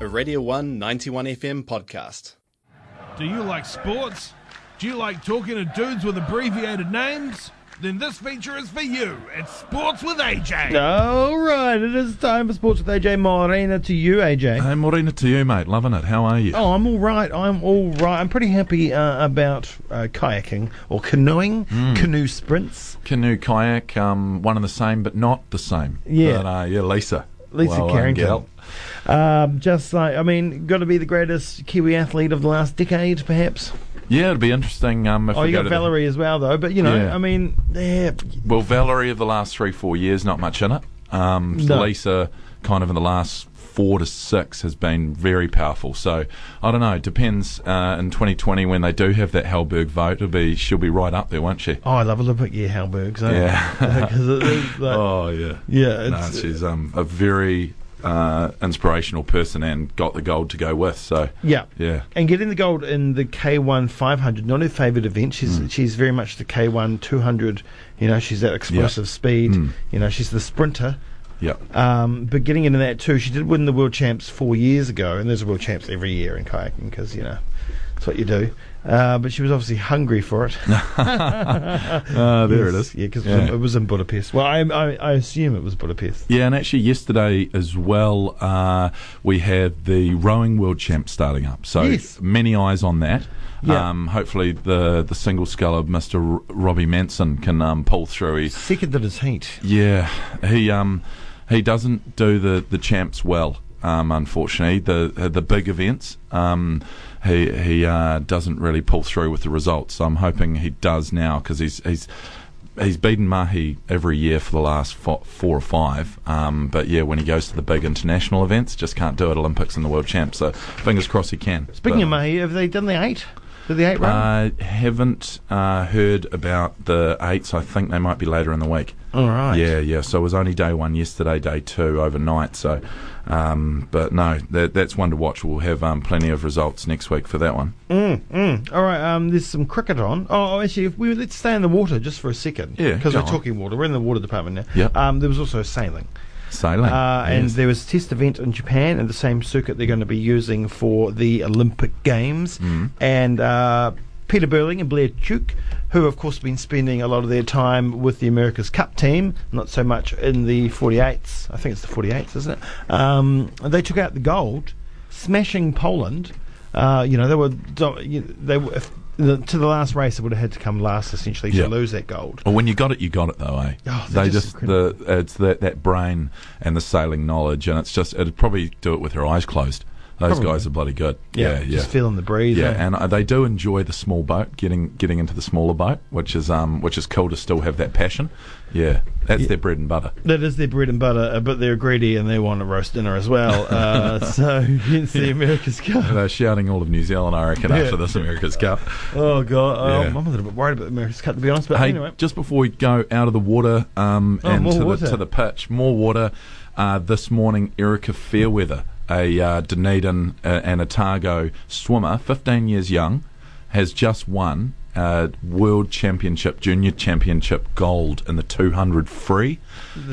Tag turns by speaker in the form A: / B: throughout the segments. A: a Radio 1 91 FM podcast.
B: Do you like sports? Do you like talking to dudes with abbreviated names? Then this feature is for you. It's Sports with AJ.
C: All right, it is time for Sports with AJ Morena to you, AJ.
D: Hey, Morena to you, mate. Loving it. How are you?
C: Oh, I'm all right. I'm all right. I'm pretty happy uh, about uh, kayaking or canoeing,
D: Hmm.
C: canoe sprints.
D: Canoe, kayak, um, one and the same, but not the same.
C: Yeah.
D: But, uh, yeah, Lisa.
C: Lisa
D: Well, um,
C: Carrington.
D: gal.
C: Um, just like, I mean, got to be the greatest Kiwi athlete of the last decade, perhaps.
D: Yeah, it'd be interesting um, if
C: Oh,
D: we
C: you
D: go
C: got
D: to the-
C: Valerie as well, though. But, you know,
D: Yeah.
C: I mean, yeah,
D: well, Valerie of the last three, four years, not much in it. Um,
C: No.
D: Lisa, kind of in the last four to six, has been very powerful. So I don't know. Depends uh, in 2020 when they do have that Halberg vote. It'll be she'll be right up there, won't she?
C: oh, I love Olympic year Halbergs. eh?
D: Yeah.
C: 'Cause it is like-
D: Oh yeah.
C: yeah,
D: No,
C: it's,
D: she's um, a very uh, inspirational person and got the gold to go with. So
C: yeah.
D: yeah.
C: And getting the gold in the K1 500, not her favourite event. She's
D: Hmm.
C: she's very much the K1 200. You know, she's that explosive speed.
D: Hmm.
C: You know, she's the sprinter.
D: Yeah.
C: Um, but getting into that too, she did win the world champs four years ago, and there's a world champs every year in kayaking because you know that's what you do. Uh, but she was obviously hungry for it.
D: Uh, there it
C: Yes,
D: is.
C: Yeah, because it, was in-
D: yeah.
C: it was in Budapest. Well, I, I, I assume it was Budapest.
D: Yeah, and actually yesterday as well, uh, we had the rowing world champ starting up. So
C: Yes.
D: many eyes on that.
C: Yeah.
D: Um, hopefully the the single scull of Mr. R- Robbie Manson can um, pull through. He,
C: Second did his heat.
D: yeah, he um, he doesn't do the, the champs well. Um, unfortunately, the uh, the big events, um, he he uh, doesn't really pull through with the results. So I'm hoping he does now because he's he's he's beaten Mahi every year for the last fo- four or five. Um, but yeah, when he goes to the big international events, just can't do it. Olympics and the World Champs. So fingers crossed he can.
C: Speaking
D: But-
C: of Mahi, have they done the eight? Did the eight run?
D: I haven't uh, heard about the eights. I think they might be later in the week.
C: All right.
D: Yeah, yeah. So it was only day one yesterday, day two overnight. So, um, but no, that, that's one to watch. We'll have um, plenty of results next week for that one.
C: All right, um, there's some cricket on. Oh, oh, actually, if we let's stay in the water just for a second.
D: Yeah,
C: because
D: go
C: we're
D: on.
C: talking water. We're in the water department now.
D: Yep.
C: Um, there was also sailing,
D: Sailing.
C: uh, and
D: Yes.
C: there was a test event in Japan, and the same circuit they're going to be using for the Olympic Games.
D: Mm.
C: And uh, Peter Burling and Blair Tuke, who of course have been spending a lot of their time with the America's Cup team, not so much in the 48s. I think it's the 48s, isn't it? Um, they took out the gold, smashing Poland. Uh, you know, they were do- you- they were if, the, to the last race. They would have had to come last essentially
D: Yeah. Oh,
C: to lose that gold.
D: Well, when you got it, you got it though, eh?
C: Oh, they're
D: they
C: just
D: just the it's that that brain and the sailing knowledge, and it's just it'd probably do it with their eyes closed. Those
C: Probably.
D: guys are bloody good. Yeah, yeah.
C: just feeling the breeze.
D: Yeah,
C: eh?
D: and uh, they do enjoy the small boat, getting getting into the smaller boat, which is um which is cool to still have that passion. Yeah, that's their bread and butter.
C: That is their bread and butter, uh, but they're greedy and they want a roast dinner as well. Uh, so hence the America's Cup.
D: They're shouting all of New Zealand, I reckon,
C: Yeah.
D: after this America's Cup.
C: Oh god,
D: Yeah.
C: um, I'm a little bit worried about the America's Cup to be honest. But
D: Hey,
C: anyway,
D: just before we go out of the water um,
C: Oh,
D: and
C: more
D: to the,
C: water.
D: to the pitch, more water. Uh, this morning, Erica Fairweather, a uh, Dunedin uh, and Otago swimmer, 15 years young, has just won uh, World Championship, Junior Championship gold in the 200 free.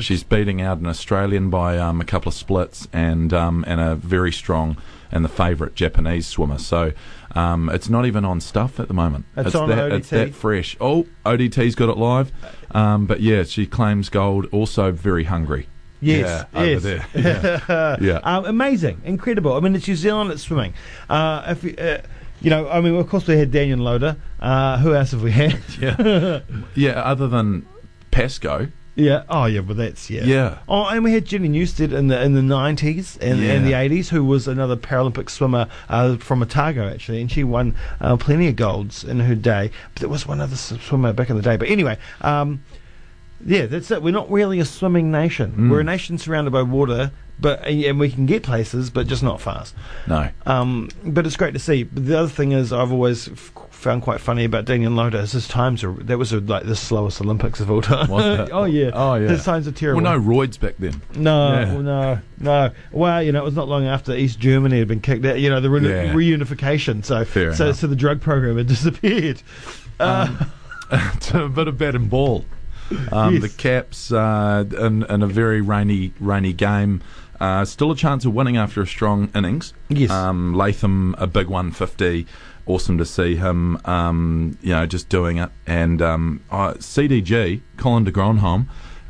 D: She's beating out an Australian by um, a couple of splits and um, and a very strong and the favourite Japanese swimmer. So um, it's not even on stuff at the moment.
C: It's on
D: that, It's
C: ODT.
D: that fresh. Oh, ODT's got it live. Um, but yeah, she claims gold. Also very hungry.
C: yes,
D: yeah,
C: yes.
D: over there. Yeah. yeah.
C: Um, amazing, incredible. I mean, it's New Zealand at swimming. Uh, if you, uh, you know, I mean, of course we had Daniel Loader. Uh, who else have we had?
D: yeah, yeah. Other than Pasco,
C: yeah. Oh yeah, well that's yeah.
D: Yeah.
C: Oh, and we had Jenny Newstead in the in the nineties and, and the
D: Yeah.
C: eighties, who was another Paralympic swimmer uh, from Otago actually, and she won uh, plenty of golds in her day. But there was one other s- swimmer back in the day. But anyway. Um, yeah, that's it. We're not really a swimming nation.
D: Mm.
C: We're a nation surrounded by water, but and we can get places, but just not fast.
D: no.
C: Um, but it's great to see. But the other thing is, I've always f- found quite funny about Daniel Loder is his times are that was uh, like the slowest Olympics of all time.
D: Was it?
C: oh yeah,
D: Oh, yeah.
C: his times are terrible.
D: Well, no roids back then.
C: No,
D: Yeah.
C: well, no, no. Well, you know, it was not long after East Germany had been kicked out. You know, the reuni-
D: Yeah.
C: reunification. So,
D: Fair
C: so,
D: enough.
C: so the drug program had disappeared.
D: It's a bit of bat and ball. Um,
C: Yes.
D: The Caps uh, in, in a very rainy, rainy game. Uh, still a chance of winning after a strong innings.
C: Yes.
D: Um, Latham, a big 150. Awesome to see him, um, you know, just doing it. And um, uh, CDG, Colin de Gronholm,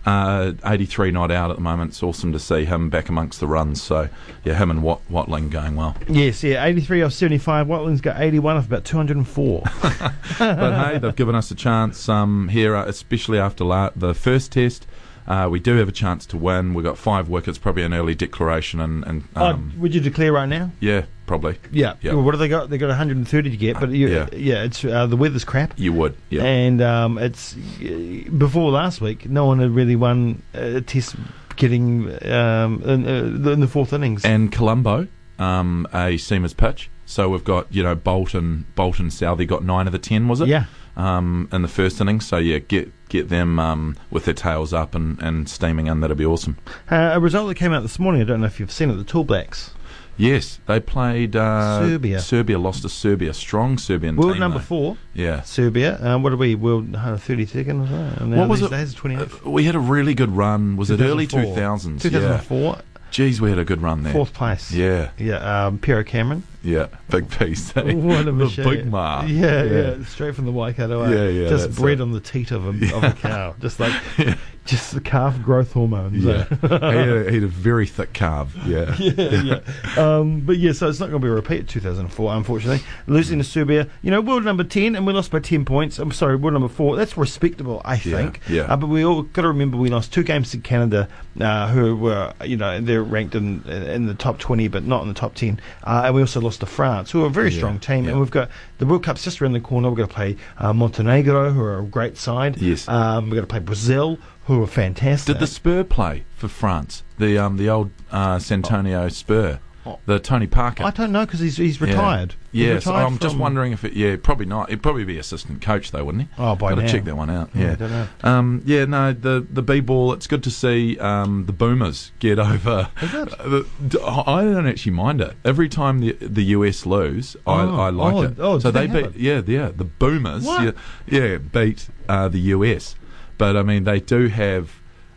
D: uh, 83 not out at the moment. It's awesome to see him back amongst the runs. So, yeah, him and Wat- Watling going well.
C: Yes, yeah, 83 off 75. Watlin's got 81 off about 204.
D: but hey, they've given us a chance um, here, uh, especially after la- the first test. Uh, we do have a chance to win. We've got five wickets, probably an early declaration, and, and um,
C: Oh, would you declare right now?
D: yeah, probably
C: Yeah.
D: Yeah.
C: Well, what have they got? They got 130 to get, but you, yeah.
D: Yeah.
C: it's uh, the weather's crap.
D: you would. Yeah,
C: And um, it's before last week, no one had really won a test getting um, in, uh, in the fourth innings.
D: and Colombo, um, a seamer's pitch. So we've got you know Bolton, Bolton Southey got nine of the ten, was it?
C: yeah.
D: Um, in the first innings. So yeah, get get them um, with their tails up and, and steaming in. That'd be awesome.
C: Uh, a result that came out this morning, I don't know if you've seen it, the Tall Blacks.
D: Yes, they played uh,
C: Serbia.
D: Serbia lost to Serbia, strong Serbian
C: World
D: team,
C: number
D: though.
C: four,
D: Yeah.
C: Serbia. Um, what are we, world 132nd or something?
D: What was
C: these
D: it?
C: Days, 28th.
D: We had a really good run. Was it early
C: 2004?
D: 2000s? Yeah.
C: 2004,
D: Geez, we had a good run there.
C: fourth place.
D: Yeah,
C: Yeah, um, Piero Cameron.
D: yeah. Big piece. eh?
C: What a
D: the
C: machine.
D: big mark.
C: Yeah, yeah, straight from the Waikato. eh?
D: Yeah, yeah,
C: Just
D: that's
C: bred
D: it.
C: on the teat of a, of a cow. Just like, just the calf growth hormones. eh?
D: Yeah. he, had a, he had a very thick calf. Yeah.
C: yeah. Um, but yeah, so it's not going to be a repeat of 2004, unfortunately. Losing to Serbia, you know, world number 10, and we lost by 10 points. I'm sorry, world number 4. That's respectable, I think.
D: yeah.
C: Uh, but we all got to remember we lost two games to Canada, uh, who were, you know, they're ranked in in the top 20, but not in the top 10. Uh, and we also lost to France, who are a very
D: Yeah,
C: strong team.
D: yeah.
C: And we've got the World Cup's just around the corner. We're going to play uh, Montenegro, who are a great side.
D: Yes.
C: Um, we're going to play Brazil, who are fantastic.
D: Did the Spur play for France? The um the old uh, Santonio Spur, the Tony Parker.
C: Oh. I don't know because he's, he's
D: Yeah.
C: retired. He's
D: Yeah, so
C: retired
D: I'm just
C: from-
D: wondering if it. Yeah, probably not. He'd probably be assistant coach though, wouldn't he?
C: Oh, by
D: Gotta
C: now.
D: check that one out.
C: Yeah,
D: Yeah.
C: I don't know.
D: Um, yeah, no, the the B ball. It's good to see um, the boomers get over. Is
C: it?
D: I don't actually mind it. Every time the the US lose,
C: Oh.
D: I, I like
C: Oh,
D: it.
C: oh,
D: so
C: do they
D: they,
C: have
D: beat. Yeah, yeah, the boomers.
C: What?
D: Yeah, yeah, beat uh, the US, but I mean they do have.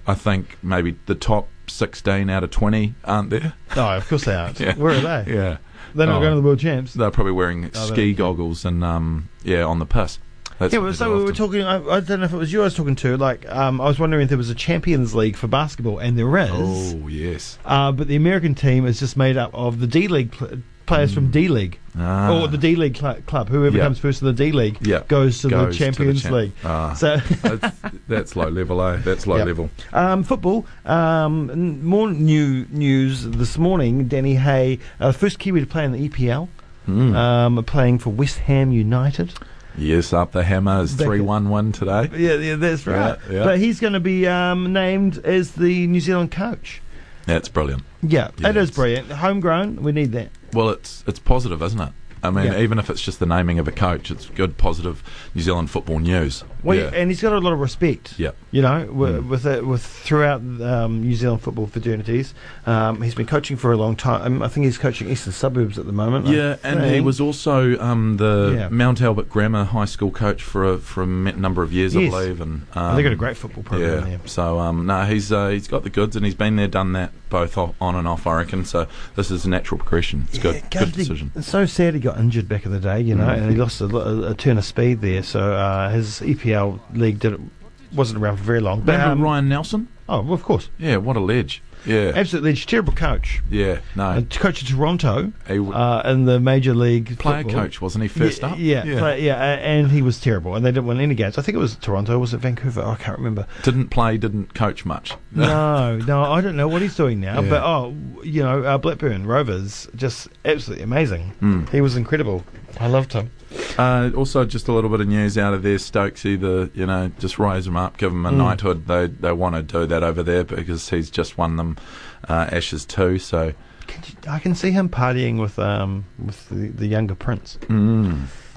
D: I think maybe the top sixteen out of twenty aren't there.
C: No, Oh, of course they aren't.
D: Yeah.
C: Where are they?
D: Yeah,
C: They're not
D: Oh.
C: going to the World Champs.
D: they're probably wearing
C: Oh, they-
D: ski goggles and um, yeah, on the piss. That's
C: Yeah,
D: what
C: well,
D: they
C: so
D: do
C: we were
D: often.
C: talking. I, I don't know if it was you I was talking to. Like, um, I was wondering if there was a Champions League for basketball, and there is.
D: Oh yes.
C: Uh, but the American team is just made up of the D League pl- players from D League
D: Hmm. Ah.
C: or the D League cl- club. Whoever
D: Yeah.
C: comes first in the D League
D: Yeah.
C: goes to
D: Goes to
C: the
D: the
C: Champions
D: champ-
C: League.
D: Ah.
C: So.
D: that's, that's low level, eh? That's low
C: Yeah.
D: level.
C: Um, football. Um, n- more new news this morning. Danny Hay, uh, first Kiwi to play in the EPL,
D: Hmm.
C: um, playing for West Ham United.
D: Yes, up the hammer is
C: Back it.
D: three one one today.
C: Yeah, yeah, that's right.
D: Yeah, yeah.
C: But he's going to be um, named as the New Zealand coach.
D: That's brilliant.
C: Yeah, it is
D: Yes.
C: brilliant. Homegrown, we need that.
D: Well, it's it's positive, isn't it? I mean,
C: Yeah.
D: even if it's just the naming of a coach, it's good, positive New Zealand football news.
C: Well,
D: yeah.
C: and he's got a lot of respect.
D: Yeah. Mm.
C: you know, with with, it, with throughout um, New Zealand football fraternities. Um, he's been coaching for a long time. Um, I think he's coaching Eastern Suburbs at the moment. I
D: Yeah, and he
C: think.
D: was also um, the
C: Yeah.
D: Mount Albert Grammar High School coach for a, for a me- number of years,
C: Yes.
D: I believe. And
C: They've got a
D: um,
C: great football program
D: Yeah.
C: there.
D: So um, no, he's uh, he's got the goods, and he's been there, done that, both o- on and off. I reckon. So this is a natural progression. It's good,
C: God,
D: good
C: he-
D: decision. Mm.
C: It's so sad he got injured back in the day, you know, and he lost a, lo- a, a turn of speed there. So uh, his EPL league didn't wasn't around for very long. But
D: Remember
C: um,
D: Ryan Nelson?
C: oh, well, of course,
D: Yeah, what a ledge. Yeah,
C: absolutely he's a terrible coach.
D: yeah.
C: A
D: No,
C: coach of Toronto
D: He w-
C: uh, in the Major League
D: player
C: football.
D: coach wasn't he first
C: yeah,
D: up?
C: yeah, play- yeah, a- and he was terrible, and they didn't win any games. I think it was Toronto, was it Vancouver? Oh, I can't remember.
D: Didn't play, didn't coach much.
C: no, no, I don't know what he's doing now.
D: Yeah.
C: But oh, you know, uh, Blackburn Rovers just absolutely amazing.
D: Hmm.
C: He was incredible. I loved him.
D: Uh, also, just a little bit of news out of there. Stokes either, you know, just raise him up, give him a knighthood. They they want to do that over there because he's just won them uh, Ashes too. So
C: Can you, I can see him partying with um with the, the younger prince.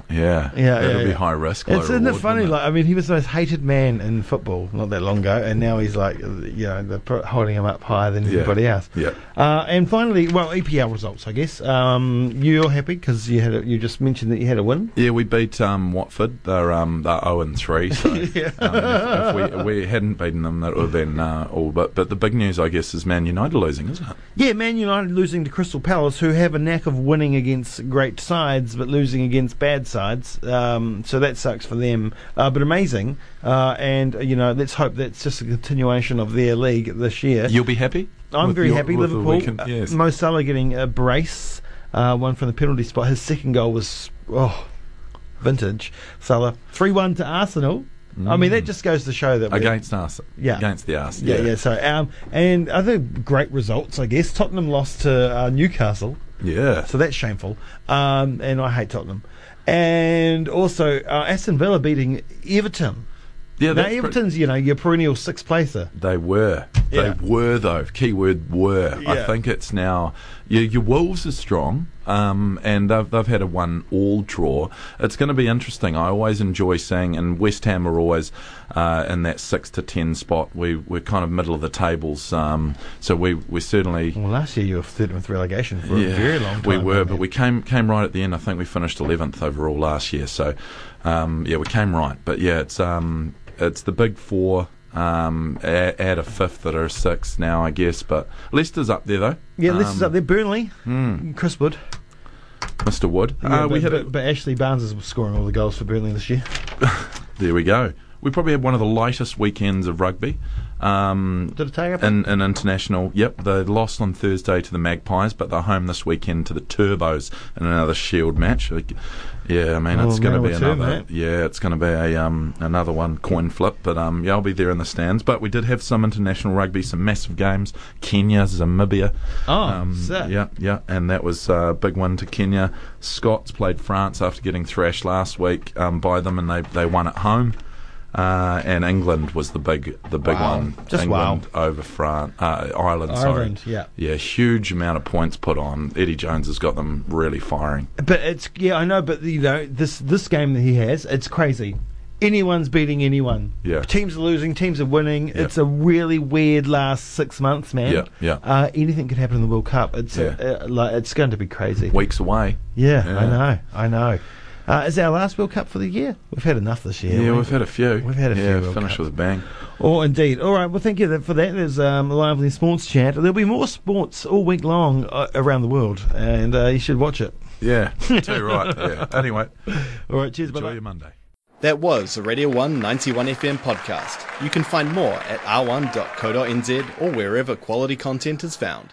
D: Yeah,
C: Yeah,
D: It'll
C: yeah,
D: be
C: yeah.
D: high risk. Low
C: It's, isn't it
D: reward,
C: funny?
D: wouldn't
C: Like, I mean, he was the most hated man in football not that long ago, and now he's like, uh, you know, they're pro- holding him up higher than
D: Yeah.
C: everybody else.
D: Yeah.
C: Uh, and finally, well, EPL results, I guess. Um, you're happy because you had a, you just mentioned that you had a win.
D: Yeah, we beat um, Watford. They're um, they're zero and three. So um, if, if we, we hadn't beaten them, that would have been uh, all. But but the big news, I guess, is Man United losing, isn't it?
C: Yeah, Man United losing to Crystal Palace, who have a knack of winning against great sides but losing against bad sides. Um, so that sucks for them, uh, but amazing. Uh, and uh, you know, let's hope that's just a continuation of their league this year.
D: You'll be happy.
C: I'm
D: with
C: very
D: your-
C: happy.
D: with the
C: Liverpool.
D: weekend?
C: uh,
D: Yes.
C: Mo Salah getting a brace, uh, one from the penalty spot. His second goal was oh, vintage. Salah three one to Arsenal. I mean, that just goes to show that we're-
D: Mm. against us.
C: Yeah.
D: Against the us.
C: Yeah, yeah. So, um, and other great results, I guess. Tottenham lost to uh, Newcastle,
D: Yeah.
C: so that's shameful. Um, and I hate Tottenham. And also, uh, Aston Villa beating Everton.
D: Yeah,
C: now,
D: that's pre-
C: Everton's, you know, your perennial sixth placer.
D: They were.
C: Yeah.
D: They were, though. Keyword were. I
C: Yeah.
D: think it's now. Your, your Wolves are strong, um, and they've, they've had a one all draw. It's going to be interesting. I always enjoy seeing, and West Ham are always uh, in that 6 to 10 spot. We, we're kind of middle of the tables, um, so we, we're certainly.
C: Well, last year you were third with relegation for a very long time.
D: We were,
C: weren't
D: but
C: you?
D: we came came right at the end. I think we finished eleventh overall last year. So, um, yeah, we came right. But yeah, it's um, it's the big four. Um, a- add a fifth that are six now, I guess. But Leicester's up there though.
C: Yeah, this is
D: Um,
C: up there. Burnley, Chris Wood.
D: Mr. Wood.
C: Yeah,
D: uh, we
C: but,
D: had a,
C: but, but Ashley Barnes is scoring all the goals for Burnley this year.
D: there we go. We probably had one of the lightest weekends of rugby. Um,
C: Did it take up?
D: in, in international, yep, they lost on Thursday to the Magpies, but they're home this weekend to the Turbos in another Shield E match. Like, Yeah, I mean
C: Oh,
D: it's going
C: man
D: to be
C: with two,
D: another.
C: mate.
D: yeah, it's going to be a um, another one coin flip. But um, yeah, I'll be there in the stands. But we did have some international rugby, some massive games. Kenya, Zambia.
C: Oh,
D: um,
C: sick.
D: yeah, yeah, and that was uh, a big one to Kenya. Scots played France after getting thrashed last week um, by them, and they they won at home. Uh, and England was the big the big
C: Wow.
D: one.
C: Just wow.
D: England over France, uh, Ireland.
C: Ireland,
D: sorry,
C: yeah.
D: yeah, huge amount of points put on. Eddie Jones has got them really firing.
C: But it's yeah, I know. But you know, this this game that he has, it's crazy. Anyone's beating anyone.
D: Yeah.
C: Teams are losing. Teams are winning. It's a really weird last six months, man.
D: Yeah, yeah.
C: Uh, anything could happen in the World Cup. It's uh
D: Yeah.
C: uh, like it's going to be crazy.
D: Weeks away.
C: Yeah,
D: Yeah.
C: I know. I know. Uh, is it our last World Cup for the year? We've had enough this year.
D: Yeah,
C: haven't
D: we've had a few.
C: We've had a
D: yeah,
C: few World
D: Finish
C: Cups.
D: with a bang.
C: Oh, indeed. All right. Well, thank you for that. There's um, a lively sports chat. There'll be more sports all week long uh, around the world, and uh, you should watch it.
D: Yeah, too right. Yeah. Anyway,
C: All right. Cheers.
D: enjoy
C: Bye.
D: your Monday.
A: That was a Radio 1 91 FM podcast. You can find more at r1.co.nz or wherever quality content is found.